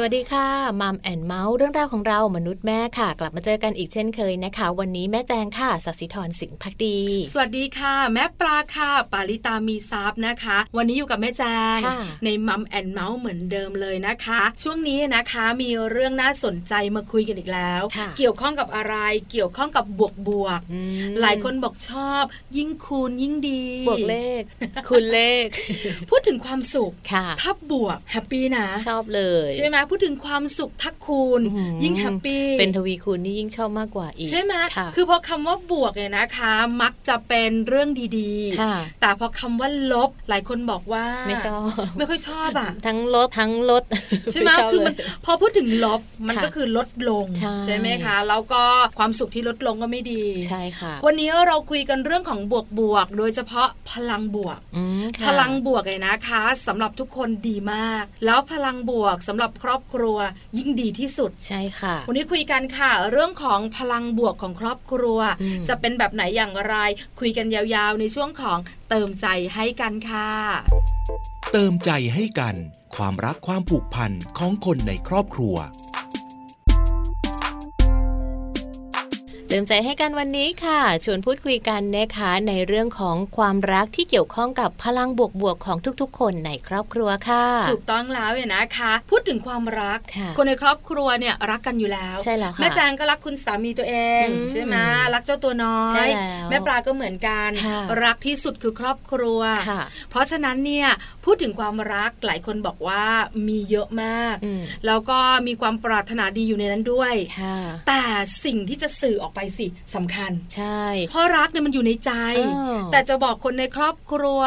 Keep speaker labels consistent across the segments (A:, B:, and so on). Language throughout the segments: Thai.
A: สวัสดีค่ะมัมแอนเมาส์เรื่องราวของเรามนุษย์แม่ค่ะ กลับมาเจอกันอีกเช่นเคยนะคะ วันนี้แม่แจงค่ะสัสิธรสิงห์พักดี
B: สวัสดีค่ะ แม่ปลาค่ะปาริตามีซับนะคะ วันนี้อยู่กับแม่แจง
A: ค่ะ
B: ในมัมแอนเมาส์เหมือนเดิมเลยนะคะ ช่วงนี้นะคะมีเรื่องน่าสนใจมาคุยกันอีกแล้ว
A: ค่ะ
B: เกี่ยวข้องกับอะไรเกี่ยวข้องกับบวกบวกๆ
A: อืม
B: หลายคนบอกชอบ ยิ่งคูณยิ่งดี
A: บวกเลข คุณเลข
B: พูดถึงความสุข
A: ค่ะ
B: ถ้าบวกแฮปปี้นะ
A: ชอบเลย
B: ใช่ไหมพูดถึงความสุขทักคูณ
A: อื้อหือ
B: ยิ่งแฮปปี้
A: เป็นทวีคูณนี่ยิ่งชอบมากกว่าอีก
B: ใช่ไหม
A: ค่ะ
B: คือพอคำว่าบวกเนี่ยนะคะ มักจะเป็นเรื่องดี
A: ค่ะ
B: ๆ แต่พอคำว่าลบหลายคนบอกว่า
A: ไม่ชอบ
B: ไม่ค่อยชอบอ่ะ
A: ทั้งลดทั้งลด
B: ใช่ไหม
A: บ
B: คือมัน
A: เลย
B: พอพูดถึงลบมัน
A: ค่ะ
B: ก็คือลดลง
A: ใช่
B: ไหมคะแล้วก็ความสุขที่ลดลงก็ไม่ดี
A: ใช่ค่ะ
B: วันนี้เราคุยกันเรื่องของบวกบวกๆโดยเฉพาะพลังบวก
A: อืมค่ะ
B: พลังบวกเลยนะคะสำหรับทุกคนดีมาก แล้วพลังบวกสำหรับครอบครัวยิ่งดีที่สุด
A: ใช่ค่ะ
B: วันนี้คุยกันค่ะ เรื่องของพลังบวกของครอบครัว
A: อืม
B: จะเป็นแบบไหนอย่างไร คุยกันยาวๆ ในช่วงของเติมใจให้กันค่ะ
C: เติมใจให้กัน ความรักความผูกพันของคนในครอบครัว
A: เติมใจให้กันวันนี้ค่ะ ชวนพูดคุยกันนะคะในเรื่องของความรักที่เกี่ยวข้องกับพลังบวกๆของทุกๆ คนในครอบครัวค่ะ
B: ถูกต้องแล้วเนี่ยนะคะ พูดถึงความรัก
A: ค่ะ
B: คนในครอบครัวเนี่ยรักกันอยู่แล้ว
A: ใช่แล้วค่ะ
B: แม่แจงก็รักคุณสามีตัวเอง
A: อืม
B: ใช่ไหมรักเจ้าตัวน้อ
A: ใช่
B: ย
A: แล้ว
B: แม่ปลาก็เหมือนกัน
A: ค่ะ
B: รักที่สุดคือครอบครัว
A: ค่ะ
B: เพราะฉะนั้นเนี่ยพูดถึงความรักหลายคนบอกว่ามีเยอะมาก
A: อืม
B: แล้วก็มีความปรารถนาดีอยู่ในนั้นด้วย
A: ค่ะ
B: แต่สิ่งที่จะสื่อออกไปสิสำคัญ
A: ใช่
B: เพราะรักเนี่ยมันอยู่ในใจ
A: อ้าว
B: แต่จะบอกคนในครอบครัว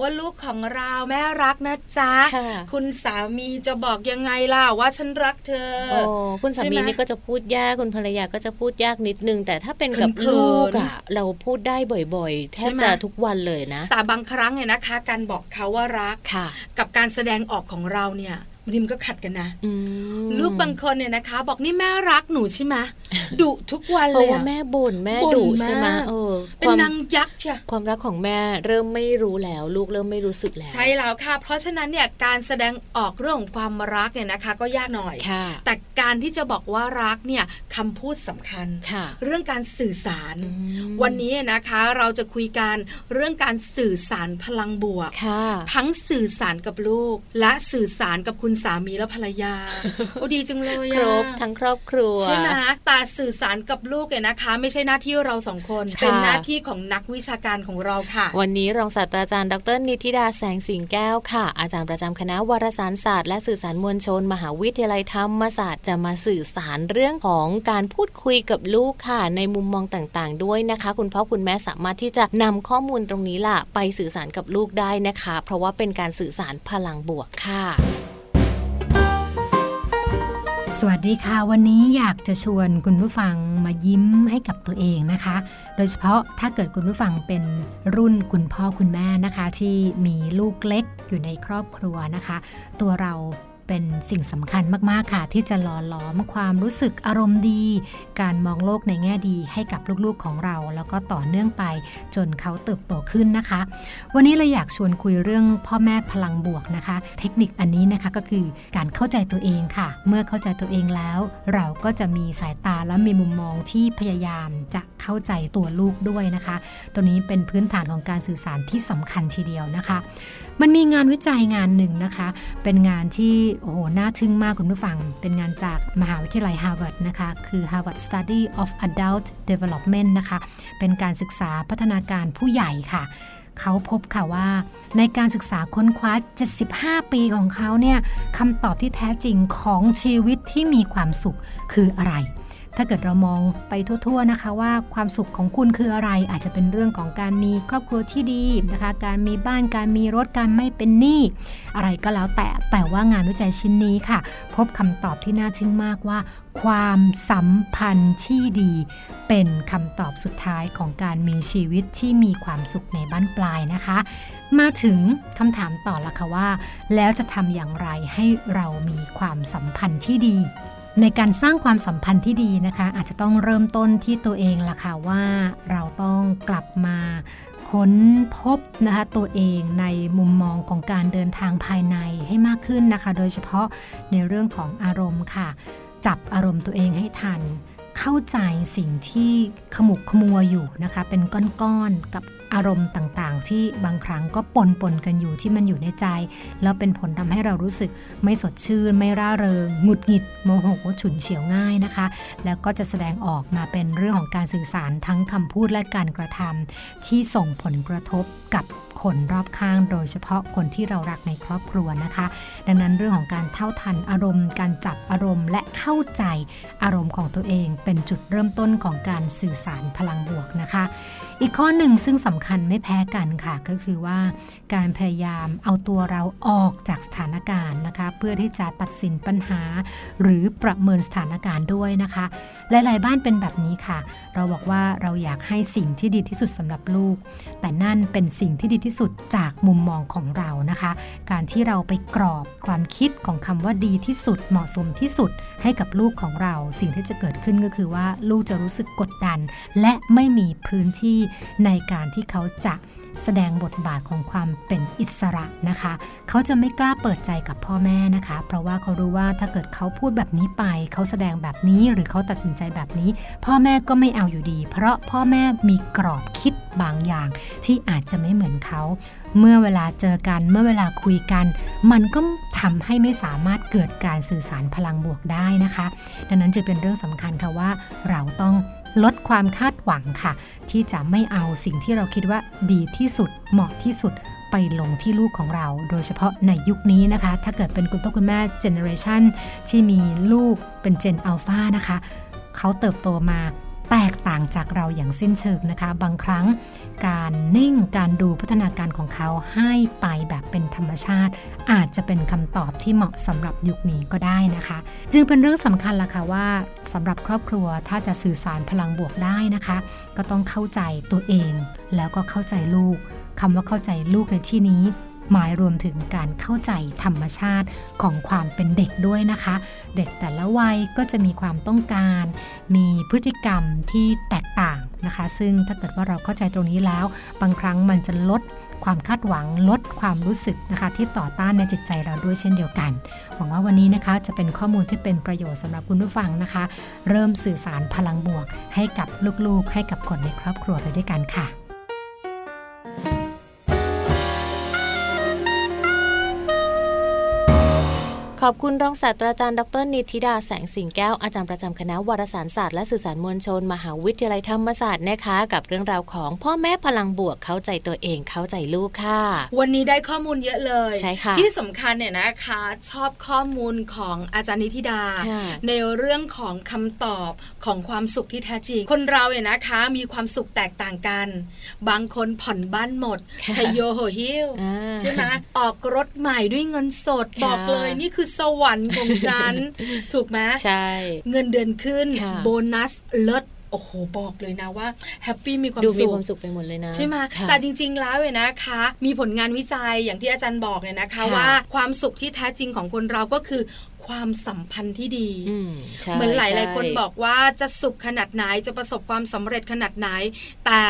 B: ว่าลูกของเราแม่รักนะจ๊ะ
A: ค่ะ
B: คุณสามีจะบอกยังไงล่ะว่าฉันรักเธอ
A: โอ้คุณสา
B: ใช่ไห
A: มี
B: ม
A: นี่ก็จะพูดยากคุณภรรยาก็จะพูดยากนิดนึง แต่ถ้าเป็นกับ
B: เขิ
A: ล
B: นๆ
A: ูกอะเราพูดได้บ่อยๆแท
B: ใช่
A: บ
B: ไหม
A: จะทุกวันเลยนะ
B: แต่บางครั้งเนี่ยนะคะ การบอกเขาว่ารัก
A: ค่ะ
B: กับการแสดงออกของเราเนี่ยบางทีมันก็ขัดกันนะ
A: อืม
B: ลูกบางคนเนี่ยนะคะ บอกนี่แม่รักหนูใช่ไหม ดุทุกวัน
A: เพ
B: เล
A: ราะ
B: ย
A: ว่า
B: อะ
A: แม่บ่นแม่
B: บ่น
A: ดุใช่ไหม
B: มาก
A: เออ
B: เป็น
A: ความ
B: นางยักษ์จ้ะ
A: ความรักของแม่เริ่มไม่รู้แล้ว ลูกเริ่มไม่รู้สึกแล้ว
B: ใช่แล้วค่ะ เพราะฉะนั้นเนี่ยการแสดงออกเรื่องของความรักเนี่ยนะคะ ก็ยากหน่อย
A: ค่ะ
B: แต่การที่จะบอกว่ารักเนี่ยคำพูดสำคัญ
A: ค่ะ
B: เรื่องการสื่อสาร
A: อืม
B: วันนี้นะคะเราจะคุยกันเรื่องการสื่อสารพลังบวก
A: ค่ะ
B: ทั้งสื่อสารกับลูก และสื่อสารกับคุณสามีและภรร ยา โอ้ดีจังเลยอะ
A: ครบทั้งครอบครัว
B: ใช่ไหมแต่สื่อสารกับลูกเนี่ยนะคะ ไม่ใช่หน้าที่เราสองคน
A: ค่ะ
B: เป็นหน้าที่ของนักวิชาการของเราค่ะ
A: วันนี้รองศาสตราจารย์ดรนิติดาแสงสิงแก้วค่ะ อาจารย์ประจำคณะวารสารศาสตร์และสื่อสารมวลชน มหาวิทยาลัยธรรมศาสตร์จะมาสื่อสารเรื่องของการพูดคุยกับลูกค่ะ ในมุมมองต่างๆ ด้วยนะคะ คุณพ่อคุณแม่สามารถที่จะนำข้อมูลตรงนี้ล่ะ ไปสื่อสารกับลูกได้นะคะ เพราะว่าเป็นการสื่อสารพลังบวกค่ะ
D: สวัสดีค่ะ วันนี้อยากจะชวนคุณผู้ฟังมายิ้มให้กับตัวเองนะคะ โดยเฉพาะถ้าเกิดคุณผู้ฟังเป็นรุ่นคุณพ่อคุณแม่นะคะ ที่มีลูกเล็กอยู่ในครอบครัวนะคะ ตัวเราเป็นสิ่งสำคัญมาก ๆ ค่ะ ที่จะหล่อหลอมความรู้สึกอารมณ์ดี การมองโลกในแง่ดีให้กับลูกๆของเรา แล้วก็ต่อเนื่องไปจนเขาเติบโตขึ้นนะคะ วันนี้เราอยากชวนคุยเรื่องพ่อแม่พลังบวกนะคะ เทคนิคอันนี้นะคะก็คือการเข้าใจตัวเองค่ะ เมื่อเข้าใจตัวเองแล้ว เราก็จะมีสายตาและมีมุมมองที่พยายามจะเข้าใจตัวลูกด้วยนะคะ ตัวนี้เป็นพื้นฐานของการสื่อสารที่สำคัญทีเดียวนะคะ มันมีงานวิจัยงานหนึ่งนะคะ เป็นงานที่โอ้โหน่าทึ่งมากคุณผู้ฟัง เป็นงานจากมหาวิทยาลัยฮาร์วาร์ดนะคะ คือ Harvard Study of Adult Development นะคะ เป็นการศึกษาพัฒนาการผู้ใหญ่ค่ะ เขาพบค่ะว่า ในการศึกษาค้นคว้า 75 ปีของเขาเนี่ยคำตอบที่แท้จริงของชีวิตที่มีความสุขคืออะไร ถ้าเกิดเรามองไปทั่วๆนะคะ ว่าความสุขของคุณคืออะไร อาจจะเป็นเรื่องของการมีครอบครัวที่ดีนะคะ การมีบ้านการมีรถการไม่เป็นหนี้อะไรก็แล้วแต่แต่ว่างานวิจัยชิ้นนี้ค่ะ พบคำตอบที่น่าทึ่งมากว่า ความสัมพันธ์ที่ดี เป็นคำตอบสุดท้ายของการมีชีวิตที่มีความสุขในบ้านปลายนะคะ มาถึงคำถามต่อละค่ะว่า แล้วจะทำอย่างไรให้เรามีความสัมพันธ์ที่ดี ในการสร้างความสัมพันธ์ที่ดีนะคะ อาจจะต้องเริ่มต้นที่ตัวเองละค่ะว่าเราต้องกลับมา ค้นพบนะคะตัวเองในมุมมองของการเดินทางภายในให้มากขึ้นนะคะ โดยเฉพาะในเรื่องของอารมณ์ค่ะ จับอารมณ์ตัวเองให้ทัน เข้าใจสิ่งที่ขมุกขมัวอยู่นะคะ เป็นก้อนๆกับอารมณ์ต่างๆ ที่บางครั้งก็ปนปนๆกันอยู่ที่มันอยู่ในใจ แล้วเป็นผลทำให้เรารู้สึกไม่สดชื่น ไม่ร่าเริงหงุดหงิดโมโหฉุนเฉียวง่ายนะคะ แล้วก็จะแสดงออกมาเป็นเรื่องของการสื่อสารทั้งคำพูดและการกระทำที่ส่งผลกระทบกับคนรอบข้าง โดยเฉพาะคนที่เรารักในครอบครัวนะคะ ดังนั้นเรื่องของการเท่าทันอารมณ์ การจับอารมณ์ และเข้าใจอารมณ์ของตัวเอง เป็นจุดเริ่มต้นของการสื่อสารพลังบวกนะคะ อีกข้อหนึ่งซึ่งสำคัญไม่แพ้กันค่ะ ก็คือว่าการพยายามเอาตัวเราออกจากสถานการณ์นะคะ เพื่อที่จะตัดสินปัญหา หรือประเมินสถานการณ์ด้วยนะคะ หลายๆ บ้านเป็นแบบนี้ค่ะ เราบอกว่าเราอยากให้สิ่งที่ดีที่สุดสำหรับลูก แต่นั่นเป็นสิ่งที่ดีที่สุดจากมุมมองของเรานะคะ การที่เราไปกรอบความคิดของคำว่าดีที่สุดเหมาะสมที่สุดให้กับลูกของเรา สิ่งที่จะเกิดขึ้นก็คือว่าลูกจะรู้สึกกดดัน และไม่มีพื้นที่ในการที่เขาจะแสดงบทบาทของความเป็นอิสระนะคะ เขาจะไม่กล้าเปิดใจกับพ่อแม่นะคะ เพราะว่าเขารู้ว่าถ้าเกิดเขาพูดแบบนี้ไป เขาแสดงแบบนี้หรือเขาตัดสินใจแบบนี้ พ่อแม่ก็ไม่เอาอยู่ดี เพราะพ่อแม่มีกรอบคิดบางอย่าง ที่อาจจะไม่เหมือนเขา เมื่อเวลาเจอกันเมื่อเวลาคุยกัน มันก็ทำให้ไม่สามารถเกิดการสื่อสารพลังบวกได้นะคะ ดังนั้นจึงเป็นเรื่องสำคัญค่ะว่า เราต้องลดความคาดหวังค่ะ ที่จะไม่เอาสิ่งที่เราคิดว่าดีที่สุดเหมาะที่สุดไปลงที่ลูกของเรา โดยเฉพาะในยุคนี้นะคะ ถ้าเกิดเป็นคุณพ่อคุณแม่เจเนอเรชันที่มีลูกเป็นเจนอัลฟานะคะ เขาเติบโตมาแตกต่างจากเราอย่างสิ้นเชิงนะคะ บางครั้งการนิ่งการดูพัฒนาการของเขาให้ไปแบบเป็นธรรมชาติ อาจจะเป็นคำตอบที่เหมาะสำหรับยุคนี้ก็ได้นะคะ จึงเป็นเรื่องสำคัญละค่ะว่าสำหรับครอบครัวถ้าจะสื่อสารพลังบวกได้นะคะ ก็ต้องเข้าใจตัวเอง แล้วก็เข้าใจลูกคำว่าเข้าใจลูกในที่นี้ หมายรวมถึงการเข้าใจธรรมชาติของความเป็นเด็กด้วยนะคะ เด็กแต่ละวัยก็จะมีความต้องการ มีพฤติกรรมที่แตกต่างนะคะ ซึ่งถ้าเกิดว่าเราเข้าใจตรงนี้แล้ว บางครั้งมันจะลดความคาดหวังลดความรู้สึกนะคะ ที่ต่อต้านในจิตใจเราด้วยเช่นเดียวกัน หวังว่าวันนี้นะคะจะเป็นข้อมูลที่เป็นประโยชน์สำหรับคุณผู้ฟังนะคะ เริ่มสื่อสารพลังบวก ให้กับลูกๆ ให้กับคนในครอบครัวไปด้วยกันค่ะ
A: ขอบคุณรองศาสตราจารย์ดรนิติดาแสงสิงแก้วอาจารย์ประจำคณะวารสารศาสตร์และสื่อสารมวลชน มหาวิทยาลัยธรรมศาสตร์นะคะ กับเรื่องราวของพ่อแม่พลังบวกเข้าใจตัวเองเข้าใจลูกค่ะ
B: วันนี้ได้ข้อมูลเยอะเลย
A: ใช่ค่ะ
B: ที่สำคัญเนี่ยนะคะ ชอบข้อมูลของอาจารย์นิธิดา
A: ค่ะ
B: ในเรื่องของคำตอบของความสุขที่แท้จริง คนเราเนี่ยนะคะ มีความสุขแตกต่างกัน บางคนผ่อนบ้านหมดชัยโยโหฮิ้ว
A: อ่า
B: ใช่ไหมออกรถใหม่ด้วยเงินสด
A: ค่ะ
B: บอกเลยนี่คือสวรรค์ของฉั น ถูกไหม
A: ใช่
B: เงินเดือนขึ้น
A: ค่ะ
B: โบนัสเลิศโอ้โห บอกเลยนะว่าแฮปปี้มีความ
A: ดูมี
B: สุข
A: ความสุขไปหมดเลยนะ
B: ใช่ไหม
A: ค่ะ
B: แต่จริง ๆ แล้วเนี่ยนะคะ มีผลงานวิจัยอย่างที่อาจารย์บอกเนี่ยนะคะ
A: ค่ะ
B: ว่าความสุขที่แท้จริงของคนเราก็คือความสัมพันธ์ที่ดี
A: อืมใช่
B: เหมือนหลาย
A: ใช่
B: ๆ คนบอกว่าจะสุขขนาดไหนจะประสบความสำเร็จขนาดไหน แต่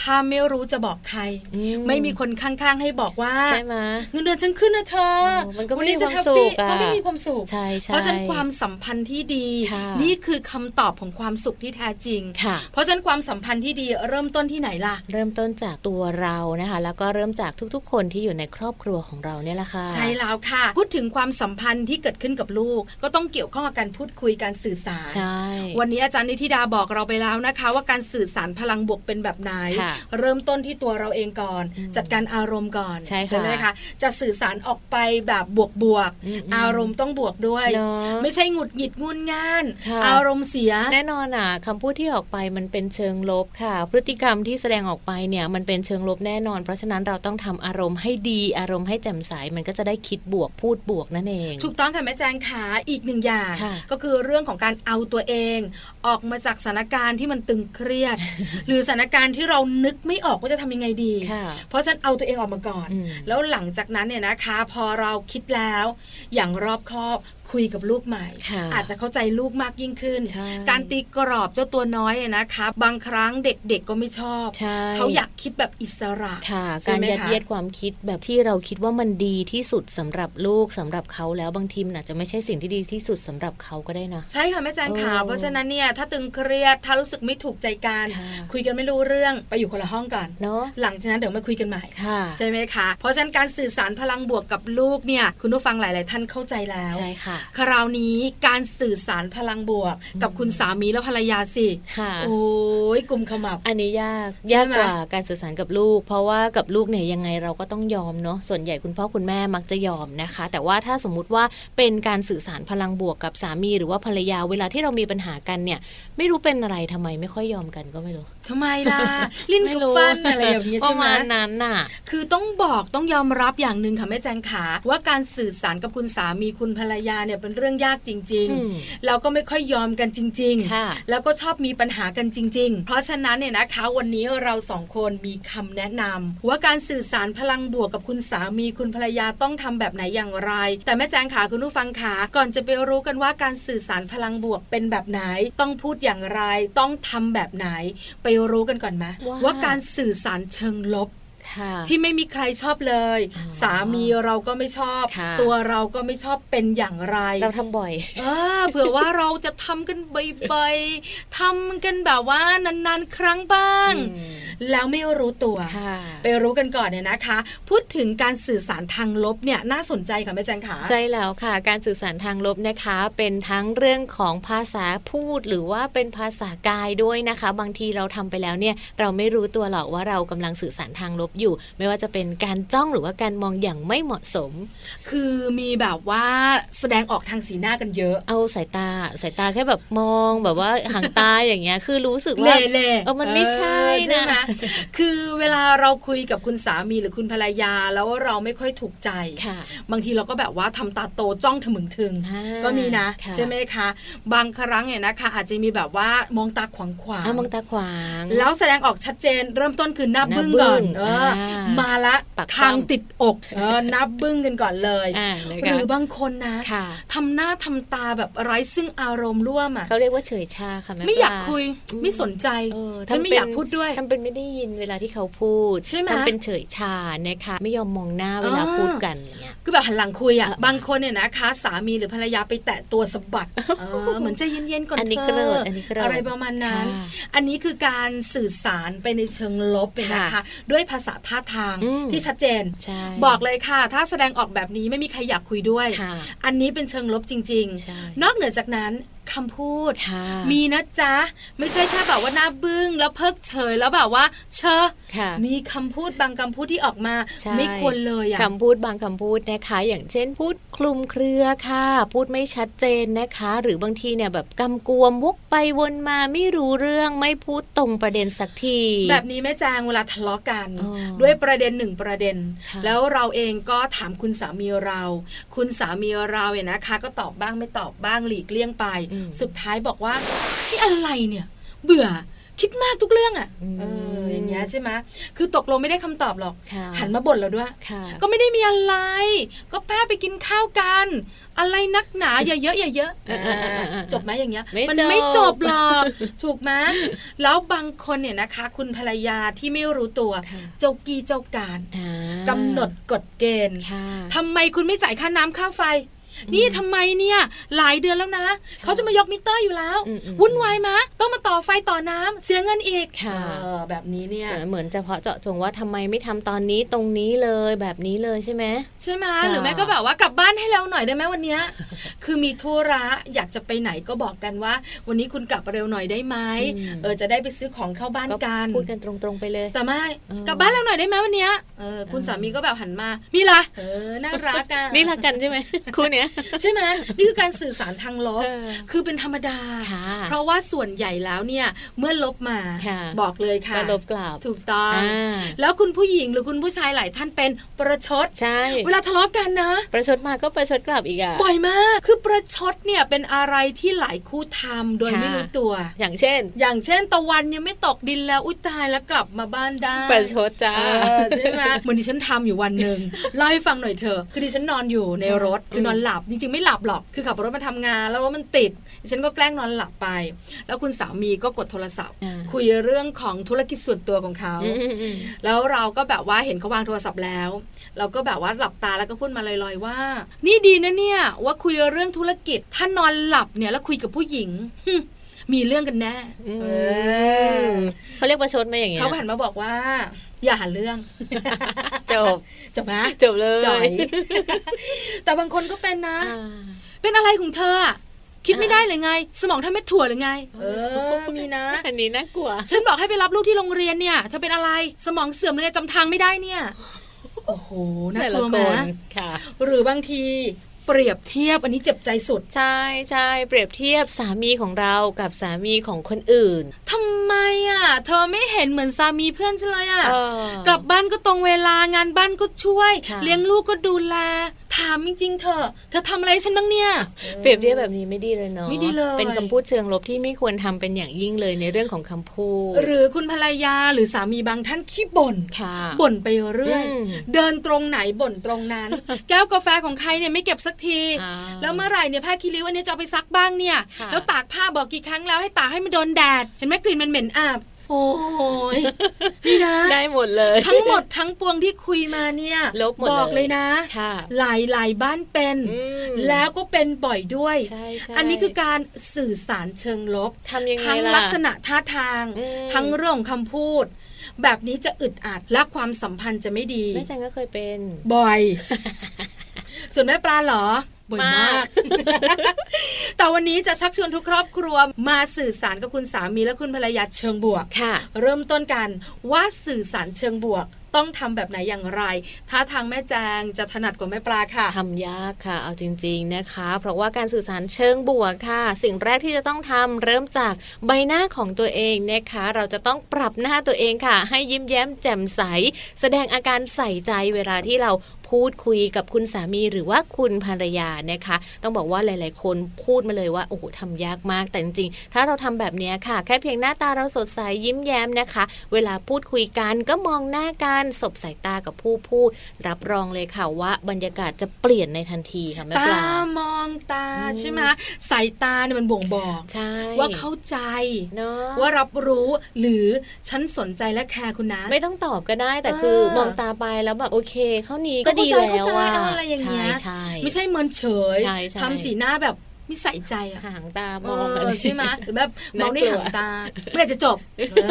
B: ถ้าไม่รู้จะบอกใคร
A: อืม
B: ไม่มีคนข้าง ๆ ให้บอกว่า
A: ใช่ไหม
B: เงินเดือนฉันขึ้นนะเธอ
A: เออมันก็ไม่
B: วันี้
A: มี
B: ฉั
A: ความ
B: แฮปปี้
A: สุขอะ
B: ก็ไม่มีความสุข
A: ใช่ใช่
B: เพราะฉะนั้นความสัมพันธ์ที่ดี
A: ค่ะ
B: นี่คือคำตอบของความสุขที่แท้จริง
A: ค่ะ
B: เพราะฉะนั้นความสัมพันธ์ที่ดีเริ่มต้นที่ไหนล่ะ
A: เริ่มต้นจากตัวเรานะคะ แล้วก็เริ่มจากทุกๆ คนที่อยู่ในครอบครัวของเราเนี่ยแหละค่ะ
B: ใช่แล้วค่ะ พูดถึงความสัมพันธ์ที่เกิดขึ้นกับลูก ก็ต้องเกี่ยวข้องกับการพูดคุยการสื่อสาร
A: ใช่
B: วันนี้อาจารย์นิธิดาบอกเราไปแล้วนะคะ ว่าการสื่อสารพลังบวกเป็นแบบไหน
A: ค่ะ
B: เริ่มต้นที่ตัวเราเองก่อน
A: อืม
B: จัดการอารมณ์ก่อน
A: ใช่ค่ะ
B: ไหมคะจะสื่อสารออกไปแบบบวกบวกๆ
A: อืมๆ
B: อารมณ์ต้องบวกด้วย
A: เนอะ
B: ไม่ใช่หงุดหงิดงุนง่าน
A: ค่ะ
B: อารมณ์เสีย
A: แน่นอนอ่ะคำพูดที่ออกไปมันเป็นเชิงลบค่ะ พฤติกรรมที่แสดงออกไปเนี่ยมันเป็นเชิงลบแน่นอน เพราะฉะนั้นเราต้องทำอารมณ์ให้ดีอารมณ์ให้แจ่มใสมันก็จะได้คิดบวกพูดบวกนั่นเอง
B: ถูกต้องค่ะแม่แจง ขาอีกหนึ่งอย่าง
A: ค่ะ
B: ก็คือเรื่องของการเอาตัวเอง ออกมาจากสถานการณ์ที่มันตึงเครีย ด หรือสถานการณ์ที่เรานึกไม่ออกว่าจะทำยังไงดี
A: ค่ะ
B: เพราะฉะนันเอาตัวเองออกมาก่อน
A: อืม
B: แล้วหลังจากนั้นเนี่ยนะคะ พอเราคิดแล้ว อย่างรอบคอบคุยกับลูกใหม่
A: ค่ะ
B: อาจจะเข้าใจลูกมากยิ่งขึ้น
A: ใช่
B: การตีกรอบเจ้าตัวน้อยเนี่ยนะคะ บางครั้งเด็กๆก็ไม่ชอบ
A: ใช่
B: เขาอยากคิดแบบอิสระ
A: ค่ะ
B: ใช่
A: การ
B: ไหม
A: ยัด
B: คะ
A: เยียดความคิดแบบที่เราคิดว่ามันดีที่สุดสำหรับลูกสำหรับเขาแล้วบางทีมันอาจจะไม่ใช่สิ่งที่ดีที่สุดสำหรับเขาก็ได้นะ
B: ใช่ค่ะแม่แจงขา
A: เออ
B: เพราะฉะนั้นเนี่ยถ้าตึงเครียดถ้ารู้สึกไม่ถูกใจกัน
A: ค่ะ
B: คุยกันไม่รู้เรื่องไปอยู่คนละห้องก่อน
A: เนาะ
B: หลังจากนั้นเดี๋ยวมาคุยกันใหม่
A: ค่ะ
B: ใช่ไหมคะ เพราะฉะนั้นการสื่อสารพลังบวกกับลูกเนี่ยคุณผู้ฟังหลาย ๆ ท่านเข้าใจแล้ว
A: ใช่ค่ะ
B: คราวนี้การสื่อสารพลังบวก กับคุณสามีและภรรยาสิ
A: ค่ะ
B: โอ้ยกลุ่มขมับ
A: อันนี้ยาก
B: ใช่
A: ยาก
B: ไหม
A: กว่าการสื่อสารกับลูก เพราะว่ากับลูกเนี่ยยังไงเราก็ต้องยอมเนาะส่วนใหญ่คุณพ่อคุณแม่มักจะยอมนะคะ แต่ว่าถ้าสมมุติว่าเป็นการสื่อสารพลังบวกกับสามีหรือว่าภรรยาเวลาที่เรามีปัญหากันเนี่ย ไม่รู้เป็นอะไรทำไมไม่ค่อยยอมกันก็ไม่รู้
B: ทำไมล่ะ ลิ้น
A: ไม่
B: กับ
A: รู้
B: ฟันอะไรแบบนี้
A: ป
B: ใช่
A: ระ
B: ไหม
A: มาณนั้นน่ะ
B: คือต้องบอกต้องยอมรับอย่างหนึ่งค่ะแม่แจงขาว่าการสื่อสารกับคุณสามีคุณภรรยาเนี่ยเป็นเรื่องยากจริง
A: อืม
B: ๆ แล้วก็ไม่ค่อยยอมกันจริง
A: ค่ะ
B: ๆ แล้วก็ชอบมีปัญหากันจริง ๆ เพราะฉะนั้นเนี่ยนะคะ วันนี้เราสองคนมีคำแนะนำว่าการสื่อสารพลังบวกกับคุณสามีคุณภรรยาต้องทำแบบไหนอย่างไร แต่แม่แจงขาคุณผู้ฟังขาก่อนจะไปรู้กันว่าการสื่อสารพลังบวกเป็นแบบไหน ต้องพูดอย่างไร ต้องทำแบบไหน ไปรู้กันก่อนไหม
A: ว่า
B: ว่าการสื่อสารเชิงลบ
A: ค่ะ
B: ที่ไม่มีใครชอบเลย
A: อ๋อ
B: สามีเราก็ไม่ชอบ
A: ค่ะ
B: ตัวเราก็ไม่ชอบเป็นอย่างไร
A: เราทำบ่อย
B: เออเผื่อว่าเราจะทำกันบ่อยๆทำกันแบบว่านานๆ ครั้งบ้าง
A: อืม
B: แล้วไม่รู้ตัว
A: ค่ะ
B: ไปรู้กันก่อนเนี่ยนะคะ พูดถึงการสื่อสารทางลบเนี่ยน่าสนใจค่ะแม่แจงขา
A: ใช่แล้วค่ะการสื่อสารทางลบนะคะ เป็นทั้งเรื่องของภาษาพูดหรือว่าเป็นภาษากายด้วยนะคะ บางทีเราทำไปแล้วเนี่ยเราไม่รู้ตัวหรอกว่าเรากำลังสื่อสารทางลบอยู่ ไม่ว่าจะเป็นการจ้องหรือว่าการมองอย่างไม่เหมาะสม
B: คือมีแบบว่าแสดงออกทางสีหน้ากันเยอะ
A: เอาสายตาสายตาแค่แบบมองแบบว่าห่างตาอย่างเงี้ยคือรู้สึก
B: เล่
A: ว่า
B: เล่
A: เออมันไม่ใช่นะ
B: ไหมคือเวลาเราคุยกับคุณสามีหรือคุณภรรยาแล้วเราไม่ค่อยถูกใจ
A: ค่ะ
B: บางทีเราก็แบบว่าทำตาโตจ้องถมึงถึง
A: อ่า
B: ก็มีนะ
A: ค่ะ
B: ใช่ไหมคะ บางครั้งเนี่ยนะคะ อาจจะมีแบบว่ามองตาขวางขวาง
A: อ่ะมองตาขวาง
B: แล้วแสดงออกชัดเจน เริ่มต้นคือหน้า
A: หน้า
B: บึ้งก่อน
A: บึ้ง
B: เอออา มาละ
A: ปาก
B: คาง
A: คว่ำ
B: ติดอกเออหน้าบึ้งกันก่อนเลย
A: อ่านะ
B: ห
A: คะ
B: รือบางคนนะ
A: ค่ะ
B: ทำหน้าทำตาแบบไร้ซึ่งอารมณ์ร่วมอ่ะ
A: เขาเรียกว่าเฉยชาค่ะแม่
B: ไม่อยาก
A: ปล
B: คุย
A: อืม
B: ไม่สนใจ
A: เออ
B: ฉันไม่
A: ทำเป็
B: อยากพูดด้วย
A: ทำเป็นไม่ได้ยินเวลาที่เขาพูด
B: ใช่ไหม
A: ทำเป็นเฉยชานะคะ ไม่ยอมมองหน้าเวลา
B: อ่า
A: พูดกันอะไรเงี้ย
B: คือแบบหันหลังคุยอ่ะ
A: เออ
B: บางคนเนี่ยนะคะสามีหรือภรรยาไปแตะตัวสะ บัดเออเหมือนใจะเย็นๆก่อน
A: อันนี้
B: เธ
A: โกรธ
B: อ
A: อันนี้โกรธ
B: อะไรประมาณนั้น
A: ค่ะ
B: อันนี้คือการสื่อสารไปในเชิงลบเลยนะคะ
A: ค่ะ
B: ด้วยภาษาท่าทาง
A: อืม
B: ที่ชัดเจน
A: ใช่
B: บอกเลยค่ะ ถ้าแสดงออกแบบนี้ไม่มีใครอยากคุยด้วย
A: ค่ะ
B: อันนี้เป็นเชิงลบจริง
A: ใช่
B: ๆ นอกเหนือจากนั้นคำพูด
A: ค่ะ
B: มีนะจ๊ะ ไม่ใช่แค่แบบว่าหน้าบึ้ง แล้วเพิกเฉยแล้วแบบว่า เชอะ
A: ค่ะ
B: มีคำพูดบางคำพูดที่ออกมา
A: ใช่
B: ไม่ควรเลยอ่ะ
A: คำพูดบางคำพูดนะคะ อย่างเช่น พูดคลุมเครือค่ะ พูดไม่ชัดเจนนะคะ หรือบางทีเนี่ยแบบกำกวมวกไปวนมาไม่รู้เรื่องไม่พูดตรงประเด็นสักที
B: แบบนี้แม่แจงเวลาทะเลาะกัน
A: อ๋อ
B: ด้วยประเด็นหนึ่งประเด็น
A: ค่ะ
B: แล้วเราเองก็ถามคุณสามีเรา คุณสามีเราเนี่ยนะคะ ก็ตอบบ้างไม่ตอบบ้างหลีกเลี่ยงไป
A: อืม
B: สุดท้ายบอกว่าที่อะไรเนี่ย เบื่อคิดมากทุกเรื่องอะ่ะ
A: อืม
B: เอออย่างเงี้ยใช่ไหมคือตกลงไม่ได้คำตอบหรอก
A: ค่ะ
B: หันมาบ่นเราด้วย
A: ค่ะ
B: ก็ไม่ได้มีอะไร ก็แป้ไปกินข้าวกัน อะไรนักหนา อย่าเยอะอย่าเยอะ
A: เออเออเออเออ
B: อ่าจบไหมอย่างเงี้ย
A: ไม่
B: มั
A: จบ
B: ไม่จบหรอก ถูกไหมแล้วบางคนเนี่ยนะคะ คุณภรรยาที่ไม่รู้ตัว
A: ค่ะ
B: เจ้ากี้เจ้าการ
A: อ่าก
B: ำหนดกฎเกณฑ์
A: ค่ะ
B: ทำไมคุณไม่จ่ายค่าน้ำค่าไฟ
A: อืม
B: นี่ทำไมเนี่ย หลายเดือนแล้วนะ เขาจะมายกมิเตอร์อยู่แล้ว
A: อืมอืม
B: วุ่นวายมะต้องมาต่อไฟต่อน้ำเสียเงินอีก
A: ค่ะ
B: เออแบบนี้เนี่ย
A: เออเหมือนเฉพาะเจาะจงว่าทำไมไม่ทำตอนนี้ตรงนี้เลยแบบนี้เลยใช่ไหม
B: ใช่ไหม
A: ค่ะ
B: หรือไม่ก็แบบว่ากลับบ้านให้เร็วหน่อยได้ไหมวันเนี้ย คือมีธุระอยากจะไปไหนก็บอกกันว่า วันนี้คุณกลับเร็วหน่อยได้ไหม
A: อืม
B: เออจะได้ไปซื้อของเข้าบ้าน
A: ก็
B: กัน
A: พูดกันตรงๆไปเลย
B: แต่ไม่
A: เออก
B: ลับบ้านเร็วหน่อยได้ไหมวันเนี้ยเออคุณ
A: เออ
B: สามีก็แบบหันมามีละเออน่ารักอ่ะ
A: นี่รักกันใช่ไหม คู่เนี้ งี้ย
B: ใช่ไหมนี่คือการสื่อสารทางลบ
A: เออ
B: คือเป็นธรรมดา
A: ค่ะ
B: เพราะว่าส่วนใหญ่แล้วเนี่ยเมื่อลบมา
A: ค่ะ
B: บอกเลยค่ะ
A: ก็ลบกลับ
B: ถูกต้อง
A: อ่า
B: แล้วคุณผู้หญิงหรือคุณผู้ชายหลายท่านเป็นประชด
A: ใช่
B: เวลาทะเลาะกันนะ
A: ประชดมาก็ประชดกลับอีกอ่ะ
B: บ่อยมาก คือประชดเนี่ยเป็นอะไรที่หลายคู่ทำโดย
A: ค่ะ
B: ไม่รู้ตัว
A: อย่างเช่น
B: อย่างเช่นตะวันยังไม่ตกดินแล้วอุ้ยตายแล้วกลับมาบ้านได้
A: ประชดจ้า
B: เออใช่ไหมเหมือนดิฉันทำอยู่วัน หนึ่งเล่าให้ฟังหน่อยเถอะคือดิฉันนอนอยู่ในรถ
A: อืม
B: คือนอนหลับจริงๆไม่หลับหรอกคือขับรถมาทำงาน แล้วรถมันติดดิฉันก็แกล้งนอนหลับไป แล้วคุณสามีก็กดโทรศัพท์
A: อ่า
B: คุยเรื่องของธุรกิจส่วนตัวของเขา
A: อืมอืมอืม
B: แล้วเราก็แบบว่าเห็นเขาวางโทรศัพท์แล้ว เราก็แบบว่าหลับตาแล้วก็พูดมาลอยๆว่า นี่ดีนะเนี่ยว่าคุยเรื่องธุรกิจถ้านอนหลับเนี่ยแล้วคุยกับผู้หญิงหึมีเรื่องกันแน่
A: อืม
B: เออ
A: เขาเรียกประชดไหมอย่างเงี้ย
B: เขาหันมาบอกว่า อย่าหาเรื่อง
A: จบ
B: จบไหม
A: จบเลย
B: จ่อย แต่บางคนก็เป็นนะ
A: อ่า
B: เป็นอะไรของเธออะคิดไม่ได้หรือไง สมองเธอไม่ถั่วหรือไง เออมีนะ
A: อันนี้น่ากลัว
B: ฉันบอกให้ไปรับลูกที่โรงเรียนเนี่ยเธอเป็นอะไรสมองเสื่อมเลยจำทางไม่ได้เนี่ย โอ้โหน่ากลัวไหม
A: แต่ะคนค่ะ
B: หรือบางทีเปรียบเทียบอันนี้เจ็บใจสุด
A: ใช่ใช่เปรียบเทียบสามีของเรากับสามีของคนอื่น
B: ทำไมอ่ะ เธอไม่เห็นเหมือนสามีเพื่อนฉันเลยอ่ะ
A: เออ
B: กลับบ้านก็ตรงเวลางานบ้านก็ช่วย
A: ค่ะ
B: เลี้ยงลูกก็ดูแล ถามจริงๆเธอะเธอทำอะไรให้ฉันบ้างเนี่ย
A: เปรียบเทียบแบบนี้ไม่ดีเลยเนาะ
B: ไม่ดีเลย
A: เป็นคำพูดเชิงลบที่ไม่ควรทำเป็นอย่างยิ่งเลยในเรื่องของคำพูด
B: หรือคุณภรรยาหรือสามีบางท่านขี้บ่น
A: ค่ะ
B: บ่นไปเรื่อย
A: อืม
B: เดินตรงไหนบ่นตรง นั้น แก้วกาแฟของใครเนี่ยไม่เก็บสักที
A: อ่า
B: แล้วเมื่อไหร่เนี่ยผ้าคีริ้วอันนี้จะเอาไปซักบ้างเนี่ย
A: ค่ะ
B: แล้วตากผ้าบอกกี่ครั้งแล้วให้ตากให้มันโดนแดด เห็นไหมกลิ่นมันเหม็นอาบ โอ้ ยนี่นะ
A: ได้หมดเลย
B: ทั้งหมดทั้งปวงที่คุยมาเนี่ย
A: ลบหมดเลย
B: บอกเลยนะ
A: ค่ะ
B: หลายหลายๆบ้านเป็น
A: อืม
B: แล้วก็เป็นบ่อยด้วย
A: ใช่ใช่
B: อันนี้คือการสื่อสารเชิงลบ
A: ทำยังไง
B: ทั้ง
A: ล่ะ
B: ลักษณะท่าทาง
A: อืม
B: ทั้งเรื่องของคำพูด แบบนี้จะอึดอัดและความสัมพันธ์จะไม่ดี
A: แม่แจงก็เคยเป็น
B: บ่อย ส่วนแม่ปลาเหรอ บ่อยมาม
A: าก ก
B: แต่วันนี้จะชักชวนทุกครอบครัวมาสื่อสารกับคุณสามีและคุณภรรยาเชิงบวก
A: ค่ะ
B: เริ่มต้นกันว่าสื่อสารเชิงบวก ต้องทำแบบไหนอย่างไรท่าทางแม่แจงจะถนัดกว่าแม่ปลาค่ะ
A: ทำยากค่ะ เอาจริง ๆนะคะ เพราะว่าการสื่อสารเชิงบวกค่ะ สิ่งแรกที่จะต้องทำเริ่มจากใบหน้าของตัวเองนะคะ เราจะต้องปรับหน้าตัวเองค่ะ ให้ยิ้มแย้มแจ่มใส แสดงอาการใส่ใจเวลาที่เราพูดคุยกับคุณสามีหรือว่าคุณภรรยานะคะ ต้องบอกว่าหลาย ๆ คนพูดมาเลยว่าโอ้โหทำยากมากแต่จริงๆถ้าเราทำแบบเนี้ยค่ะ แค่เพียงหน้าตาเราสดใสยิ้มแย้มนะคะ เวลาพูดคุยกันก็มองหน้ากันสบสายตากับผู้พูด รับรองเลยค่ะว่าบรรยากาศจะเปลี่ยนในทันทีค่ะแม่ป
B: ตา
A: ลา
B: มองตา
A: อืม
B: ใช่ไหมสายตาเนี่ยมันบ่งบอก
A: ใช่
B: ว่าเข้าใจ
A: เนาะ
B: ว่ารับรู้หรือฉันสนใจและแคร์คุณนะ
A: ไม่ต้องตอบก็ได้แต่คือมองตาไปแล้วแบบโอเค เข้านี้ก็ดีแล้ว
B: เข้าใจ
A: ว่า
B: เข้าใจเอาอะไรอย่างเงี้ย
A: ใช่
B: ไม่
A: ใช่
B: ใช่เมินเฉย
A: ใช่ใช่
B: ทำสีหน้าแบบไม่ใส่ใจอะ
A: หางตาม
B: เอ
A: อง
B: อ
A: อะไร
B: ใช่ไหม หรือแบบม
A: น่า
B: องด้วย
A: กลัว
B: หางตาเมื่อไหร่จะ จบเออ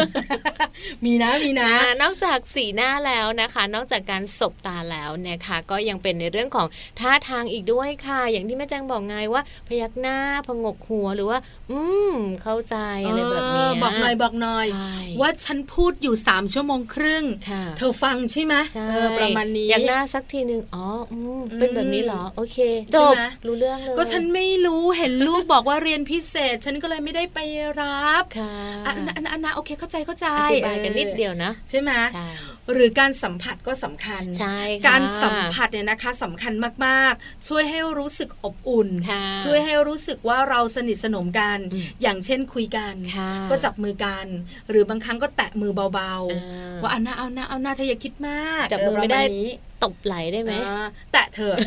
B: มีนะมีนะ
A: อ่านอกจากสีหน้าแล้วนะคะ นอกจากการสบตาแล้วนะคะ ก็ยังเป็นในเรื่องของท่าทางอีกด้วยค่ะ อย่างที่แม่แจงบอกไงว่า พยักหน้าพงกหัวหรือว่า อืมเข้าใจอะไรแบบเนี้
B: เออบอกหน่อยบอกหน่อย
A: ใช่
B: ว่าฉันพูดอยู่ 3 ชั่วโมงครึ่ง
A: ค่ะ
B: เธอฟังใช่ไหม
A: ใช่
B: เออประมาณนี้
A: อยากหน้าสักทีหนึ่งอ๋ออืม
B: อืม
A: เป็นแบบนี้เหรอ โอเค
B: ใช่
A: จบ
B: ไหม
A: รู้เรื่องเลย
B: ก็ฉันไม่รู้เห็นลูกบอกว่าเรียนพิเศษ ฉันก็เลยไม่ได้ไปรับ
A: ค่ะ
B: อันนะอันนะอันนะโอเคเข้าใจเข้าใจ
A: อธิบายกันนิดเดียวนะ
B: ใช่ไหม
A: ใช่
B: หรือการสัมผัสก็สำคัญ
A: ใช่ค่ะ
B: การสัมผัสเนี่ยนะคะสำคัญมากๆ ช่วยให้รู้สึกอบอุ่น
A: ค่ะ
B: ช่วยให้รู้สึกว่าเราสนิทสนมกัน
A: อืม
B: อย่างเช่นคุยกัน
A: ค่ะ
B: ก็จับมือกัน หรือบางครั้งก็แตะมือเบา
A: อ่า
B: ๆ ว่าเอาหน้าเอาหน้าเอาหน้าเธออย่าคิดมาก
A: จับมือไม่ได้
B: เประาณนี้
A: ตบไหลได้ไหม
B: เออแตะเธอะ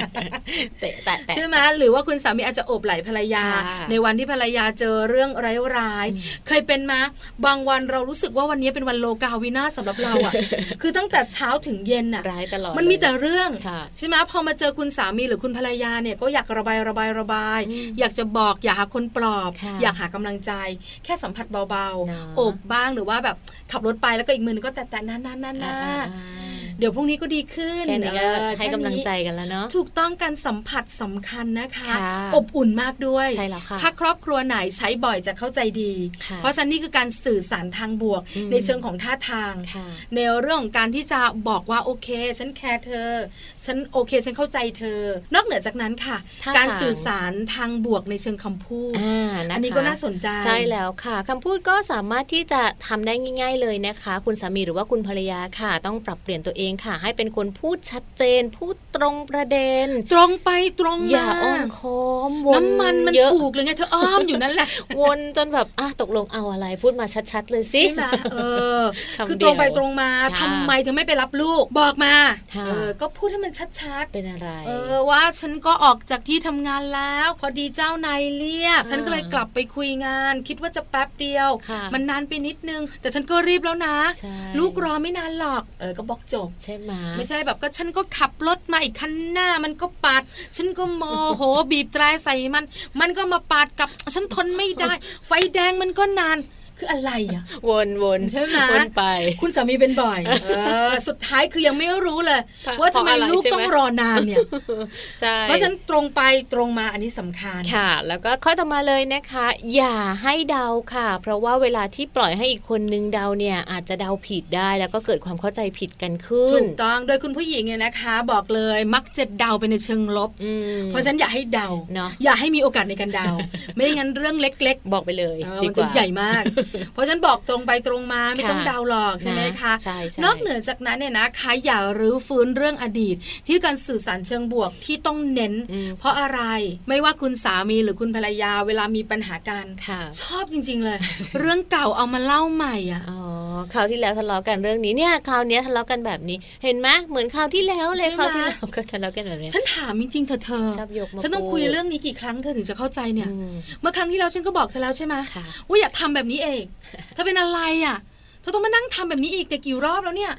A: เตะแตะแตะ
B: ใช่ไหมหรือว่าคุณสามีอาจจะโอบไหล่ภรรยา
A: ค่ะ
B: ในวันที่ภรรยาเจอเรื่องร้าย
A: อืม
B: ๆเคยเป็นมาบางวันเรารู้สึกว่าวันนี้เป็นวันโลกาวินาศสำหรับเราอะ คือตั้งแต่เช้าถึงเย็นอะ
A: ร้ายตลอด
B: มันมีแต่
A: เลย
B: เรื่อง
A: ค่ะ
B: ใช่ไหมพอมาเจอคุณสามีหรือคุณภรรยาเนี่ยก็อยากระบายระบายระบาย
A: อืม
B: อยากจะบอกอยากหาคนปลอบ
A: ค่ะ
B: อยากหากำลังใจ แค่สัมผัสเบา
A: เนอะ
B: ๆโอบบ้างหรือว่าแบบขับรถไปแล้วก็อีกมือหนึงก็แตะๆนั่นนั่นนั่น
A: อ่า
B: นั่
A: อ่าน อ่า
B: เดี๋ยวพรุ่งนี้ก็ดีขึ้น
A: แค่นี้
B: เอ
A: ก็
B: อ
A: ให้
B: แค่นี้
A: กำลังใจกันแล้วเนาะ
B: ถูกต้องการสัมผัสสำคัญนะคะ
A: ค่ะ
B: อบอุ่นมากด้วย
A: ใช่แล้วค่ะ
B: ถ้าครอบครัวไหนใช้บ่อยจะเข้าใจดี
A: ค่ะ
B: เพราะฉะนั้นนี่คือการสื่อสารทางบวก
A: อืม
B: ในเชิงของท่าทาง
A: ค่ะ
B: ในเรื่องของการที่จะบอกว่าโอเค ฉันแคร์เธอ ฉันโอเค ฉันเข้าใจเธอ นอกเหนือจากนั้นค่ะ
A: ท่า
B: การ
A: ทาง
B: สื่อสารทางบวกในเชิงคำพูด
A: อ่านะคะ
B: อันนี้ก็น่าสนใจ
A: ใช่แล้วค่ะคำพูดก็สามารถที่จะทำได้ง่าย ๆ เลยนะคะ คุณสามีหรือว่าคุณภรรยาค่ะ ต้องปรับเปลี่ยนตัวเองค่ะ ให้เป็นคนพูดชัดเจน พูดตรงประเด็น
B: ตรงไปตรง
A: อย่า
B: มา
A: อ้อมค้อมวน
B: น้ำมันมัน
A: เยอะ
B: ถูกหรือไงเธออ้อมอยู่นั่นแหละ
A: วนจนแบบอ่ะตกลงเอาอะไร พูดมาชัดๆเลยสิ
B: ใช่ไหมเออ
A: คำ
B: คือตรงไป
A: เดียว
B: ตรงมา
A: ค่ะ
B: ทำไมถึงไม่ไปรับลูกบอกมา
A: ค่ะ
B: เออก็พูดให้มันชัดๆ
A: เป็นอะไร
B: เออว่าฉันก็ออกจากที่ทำงานแล้ว พอดีเจ้านายเรียก
A: อ่า
B: ฉันก็เลยกลับไปคุยงาน คิดว่าจะแป๊บเดียว
A: ค่ะ
B: มันนานไปนิดนึง แต่ฉันก็รีบแล้วนะ
A: ใช่
B: ลูกรอไม่นานหรอก เออก็บอกจบ
A: ใช่ไหม
B: ไม่ใช่แบบก็ฉันก็ขับรถมาอีกคันหน้า มันก็ปาด ฉันก็โม โห บีบแตรใส่มัน มันก็มาปาดกลับ ฉันทนไม่ได้ ไฟแดงมันก็นานคืออะไรอ่ะ
A: วนวน
B: ใช่ไหม
A: วนไป
B: คุณสามีเป็น บ่อยเออสุดท้ายคือยังไม่รู้เลย
A: เพราะ
B: ว่าทำ
A: เพ
B: ไม
A: ราะอะไร
B: ลูก
A: ใช่ไหม
B: ต้องรอนานเนี่ย
A: ใช่
B: เพราะฉะนันตรงไปตรงมาอันนี้สำคัญ
A: ค่ะ แล้วก็ข้อต่อมาเลยนะคะ อย่าให้เดาค่ะ เพราะว่าเวลาที่ปล่อยให้อีกคนนึงเดาเนี่ย อาจจะเดาผิดได้ แล้วก็เกิดความเข้าใจผิดกันขึ้
B: ถู
A: น
B: กต้องโดยคุณผู้หญิงเนี่ยนะคะ บอกเลยมักจะเดาไปในเชิงลบ
A: อืม
B: เพราะฉะนันอย่าให้เดา
A: เนอะ
B: อย่าให้มีโอกาสในการ เดา ไม่งั้นเรื่องเล็ก
A: บอกไปเลย
B: ๆเออ
A: ดี
B: มัน
A: ก
B: จะ
A: ว่า
B: ใหญ่ มาก เพราะฉะนันบอกตรงไปตรงมาไม่
A: ค่ะ
B: ต้องเดาหรอกใช่ไหม
A: น
B: คะ
A: ใช่ใช่
B: นอกเหนือจากนั้นเนี่ยนะคะอย่ารื้อฟื้นเรื่องอดีต ที่การสื่อสารเชิงบวกที่ต้องเน้น
A: อืม
B: เพราะอะไรไม่ว่าคุณสามีหรือคุณภรรยาเวลามีปัญหากัน
A: ค่ะ
B: ชอบจริง ๆเลย เรื่องเก่าเอามาเล่าใหม่อะ
A: อ๋อคราวที่แล้วทะเลาะกันเรื่องนี้เนี่ยคราวเนี้ยทะเลาะกันแบบนี้ เห็นไหมเหมือนคราวที่แล้วเลย
B: ใช่ไหม
A: คราวที่แล้วก็ทะเลาะกันแบบเนี้ย
B: ฉันถามจริงๆเธอะเธอ
A: ชอบยกมา
B: ฉันต้อง
A: พูด
B: คุยเรื่องนี้กี่ครั้งเธอถึงจะเข้าใจเนี่ย
A: อืม
B: เมื่อครั้งที่แล้วฉันก็บอกเธอแล้วใช่ไหม
A: ค่ะ
B: ว่าอย่าทำแบบนี้เอง เธอเป็นอะไรอ่ะ เธอต้องมานั่งทำแบบนี้อีกแต่ยกี่รอบแล้ วเนี่ย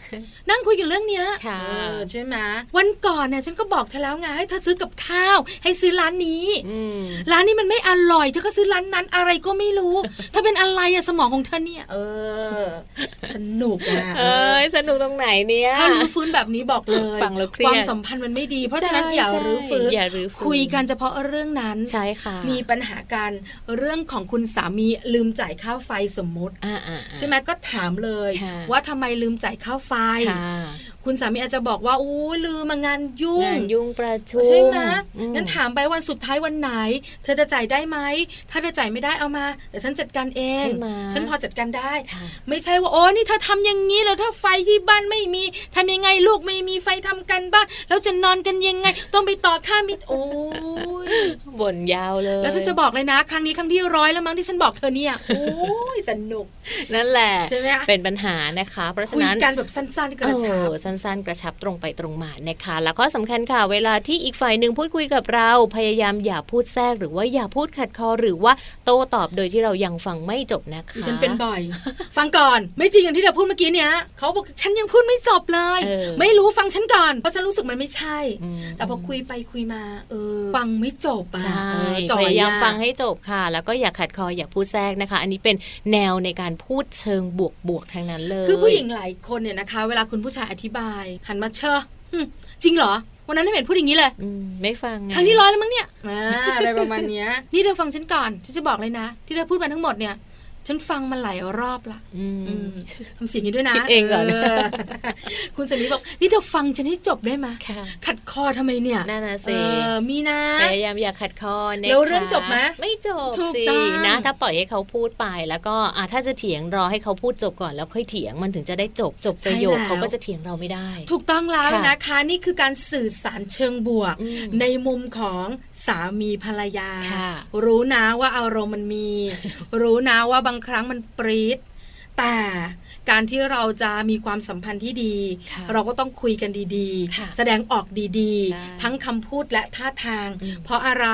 B: นั่งคุยกันเรื่องเนี้ย
A: ค่ะ
B: เออใช่ไหมวันก่อนเนี่ยฉันก็บอกเธอแล้วไงให้เธอซื้อกับข้าว ให้ซื้อร้านนี้
A: อืม
B: ร้านนี้มันไม่อร่อยเธอก็ซื้อร้านนั้นอะไรก็ไม่รู้ เธอเป็นอะไรอะสมองของเธอเนี่ย เออ สนุกอะ
A: เอ้ยสนุกตรงไหนเนี่ย
B: ถ้ารื้อฟื้นแบบนี้บอกเลย
A: ฟังแล้วเครียด
B: ความสัมพันธ์มันไม่ดี เพราะฉะนั้นอย่า
A: ใช่
B: รื้อฟื้น
A: อย่ารื้อฟื้น
B: คุยกันเฉพาะเรื่องนั้น
A: ใช่ค่ะ
B: มีปัญหาการเรื่องของคุณสามีลืมจ่ายค่าไฟสมมติ
A: อ่าอ่าอ่า
B: ใช่ไหมก็ถามเลย
A: ค่ะ
B: ว่าทำไมลืมจ่ายค่าไฟ
A: ค่ะ
B: คุณสามีอาจจะบอกว่าอู้ลืมมางานยุ่
A: งานยุ่งประชุม
B: ใช่ไหม
A: อื
B: งั้นถามไปวันสุดท้ายวันไหน เธอจะจ่ายได้ไหม ถ้าเธอจ่ายไม่ได้เอามาเดี๋ยวฉันจัดการเอง
A: ใช่ไหม
B: ฉันพอจัดการได้
A: ค่ะ
B: ไม่ใช่ว่าโอ้นี่เธอทำอย่างนี้แล้วถ้าไฟที่บ้านไม่มีทำยังไงลูกไม่มีไฟทำกันบ้านแล้วจะนอนกันยังไง ต้องไปต่อค่ามิตรโอ้ย
A: บ่นยาวเลย
B: แล้วฉันจะบอกเลยนะ ครั้งนี้ครั้งที่ร้อยแล้วมั้งที่ฉันบอกเธอเนี่ยโอ้ยสนุก
A: นั่นแหละ
B: ใช่ไหม
A: เป็นปัญหานะคะ เพราะฉะ
B: คุย
A: นั้น
B: กันแบบสั้นๆกระชับ
A: เออสั้นๆ กระชับตรงไปตรงมานะคะ แล้วก็สำคัญค่ะ เวลาที่อีกฝ่ายหนึ่งพูดคุยกับเรา พยายามอย่าพูดแทรกหรือว่าอย่าพูดขัดคอหรือว่าโต้ตอบโดยที่เรายังฟังไม่จบนะคะ
B: ดิฉันเป็นบ่อย ฟังก่อน ไม่จริงอย่างที่เธอพูดเมื่อกี้เนี่ยเขาบอกฉันยังพูดไม่จบเลย
A: เออ
B: ไม่รู้ฟังฉันก่อน เพราะฉันรู้สึกมันไม่ใช่
A: อืม
B: แต่พอคุยไปคุยมา เออ ฟังไม่จบอ่ะ
A: ใช่
B: เออจ่อ
A: พยายาม
B: อะ
A: ฟังให้จบค่ะ แล้วก็อย่าขัดคออย่าพูดแทรกนะคะ อันนี้เป็นแนวในการพูดเชิงบวกบวกๆทั้งนั้นเลย
B: คือผู้หญิงหลายคนเนี่ยนะคะ เวลาคุณผู้ชายอธิบาย หันมาเชอะหึจริงเหรอ วันนั้นไม่เห็นพูดอย่างนี้เลย
A: อืมไม่ฟังไง
B: ครั้งที่ร้อยแล้วมั้งเนี่ยอ่าอะไรประมาณเนี้ย นี่เธอฟังฉันก่อนฉันจะบอกเลยนะ ที่เธอพูดมาทั้งหมดเนี่ย ฉันฟังมาหลายรอบละ
A: อืม
B: อืมทำเสียงอย่างนี้ด้วยนะ
A: คิดเองเหรอ
B: อคุณสนีบอกนี่เธอฟังฉันให้จบได้ไหม
A: ค่ะ
B: ขัดคอทำไมเนี่ย
A: นั่นนะ
B: เอ
A: สิ
B: อมีนะ
A: พยายามอย่าขัดคอนะคะ
B: แล้วเรื่องจบไหม
A: ไม่จบ
B: ถูก
A: สิ
B: ต้อง
A: นะ ถ้าปล่อยให้เขาพูดไปแล้วก็อ่ะถ้าจะเถียงรอให้เขาพูดจบก่อนแล้วค่อยเถียงมันถึงจะได้จบจบประโยคเขาก็จะเถียงเราไม่ได้
B: ถูกต้องแล้ว
A: ค่ะ
B: นะคะ นี่คือการสื่อสารเชิงบวก
A: อืม
B: ในมุมของสามีภรรยา
A: ค่ะ
B: รู้นะว่าอารมณ์มันมี รู้นะว่าบางครั้งมันปรีดแต่การที่เราจะมีความสัมพันธ์ที่ดี
A: ค่ะ
B: เราก็ต้องคุยกันดี
A: ค่ะ
B: แสดงออกดี
A: ใช่
B: ๆ ทั้งคำพูดและท่าทาง
A: อืม
B: เพราะอะไร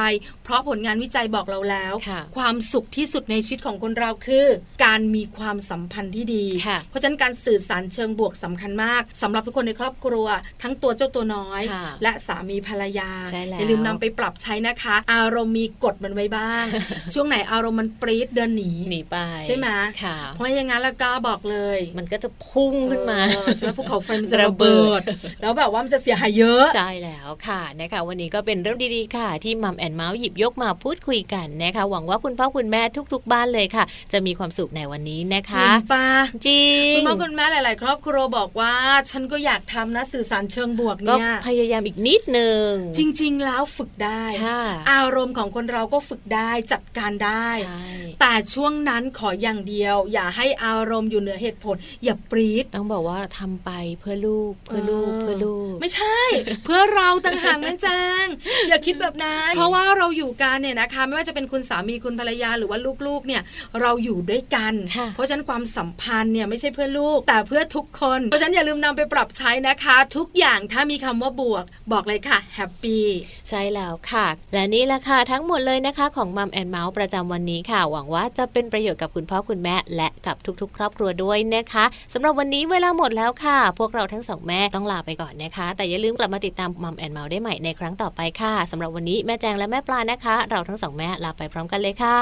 B: เพราะผลงานวิจัยบอกเราแล้ว
A: ค่ะ
B: ความสุขที่สุดในชีวิตของคนเราคือ การมีความสัมพันธ์ที่ดี
A: ค่ะ
B: เพราะฉะนั้นการสื่อสารเชิงบวกสำคัญมากสำหรับทุกคนในครอบครัว ทั้งตัวเจ้าตัวน้อย
A: ค่ะ
B: และสามีภรรยา
A: ใช่แล้ว
B: อย่าลืมนำไปปรับใช้นะคะ อารมณ์มีกฎมันไว้บ้าง ช่วงไหนอารมณ์มันปรี๊ดเดินหนี
A: หนีไป
B: ใช่ไหม
A: ค่ะ
B: เพราะไม่อย่างนั้นแล้ว กล้าบอกเลย
A: มันก็จะพุ่งขึ้นมา
B: เออใช่ไหมภูเขาไฟมันจะระเบิด แล้วแบบว่ามันจะเสียหายเยอะ
A: ใช่แล้วค่ะนะคะวันนี้ก็เป็นเรื่องดีๆค่ะ ที่มัมแอนเมาส์หยิบยกมาพูดคุยกันนะคะหวังว่าคุณพ่อคุณแม่ทุก ๆ บ้านเลยค่ะ จะมีความสุขในวันนี้นะ
B: จริ
A: คะ
B: งปะ
A: จริง
B: คุณพ่อคุณแม่หลาย ๆ ครอบครัวบอกว่า ฉันก็อยากทำนะสื่อสารเชิงบวก
A: ก็
B: เนี่ย
A: พยายามอีกนิดนึง
B: จริง ๆ แล้วฝึกได้
A: ค่ะ
B: อารมณ์ของคนเราก็ฝึกได้จัดการได้
A: ใช่
B: แต่ช่วงนั้นขออย่างเดียว อย่าให้อารมณ์อยู่เหนือเหตุผล อย่าปรีด
A: ต้องบอกว่าทำไปเพื่อลูกเพื่อลูกเพื่อลูก
B: ไม่ใช่ เพื่อเราต่างหากนะแจง อย่าคิดแบบนั้น เพราะว่าเราอยู่กันเนี่ยนะคะ ไม่ว่าจะเป็นคุณสามีคุณภรรยาหรือว่าลูกๆ เนี่ยเราอยู่ด้วยกัน
A: ค่ะ
B: เพราะฉะนั้นความสัมพันธ์เนี่ยไม่ใช่เพื่อลูก แต่เพื่อทุกคน เพราะฉะนั้นอย่าลืมนำไปปรับใช้นะคะ ทุกอย่างถ้ามีคำว่าบวก บอกเลยค่ะแฮปปี้
A: ใช่แล้วค่ะ และนี่แหละค่ะทั้งหมดเลยนะคะของมัมแอนเมาส์ประจำวันนี้ค่ะ หวังว่าจะเป็นประโยชน์กับคุณพ่อคุณแม่ และกับทุกๆ ครอบครัวด้วยนะคะสำหรับวันนี้เวลาหมดแล้วค่ะ พวกเราทั้งสองแม่ต้องลาไปก่อนนะคะ แต่อย่าลืมกลับมาติดตามมัมแอนเมาส์ได้ใหม่ในครั้งต่อไปค่ะสำหรับวันนี้แม่แจงและแม่ปลานะคะ เราทั้งสองแม่ลาไปพร้อมกันเลยค่ะ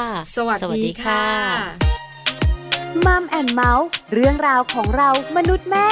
B: ค่ะ
E: มัมแอนเมาส์เรื่องราวของเรามนุษย์แม่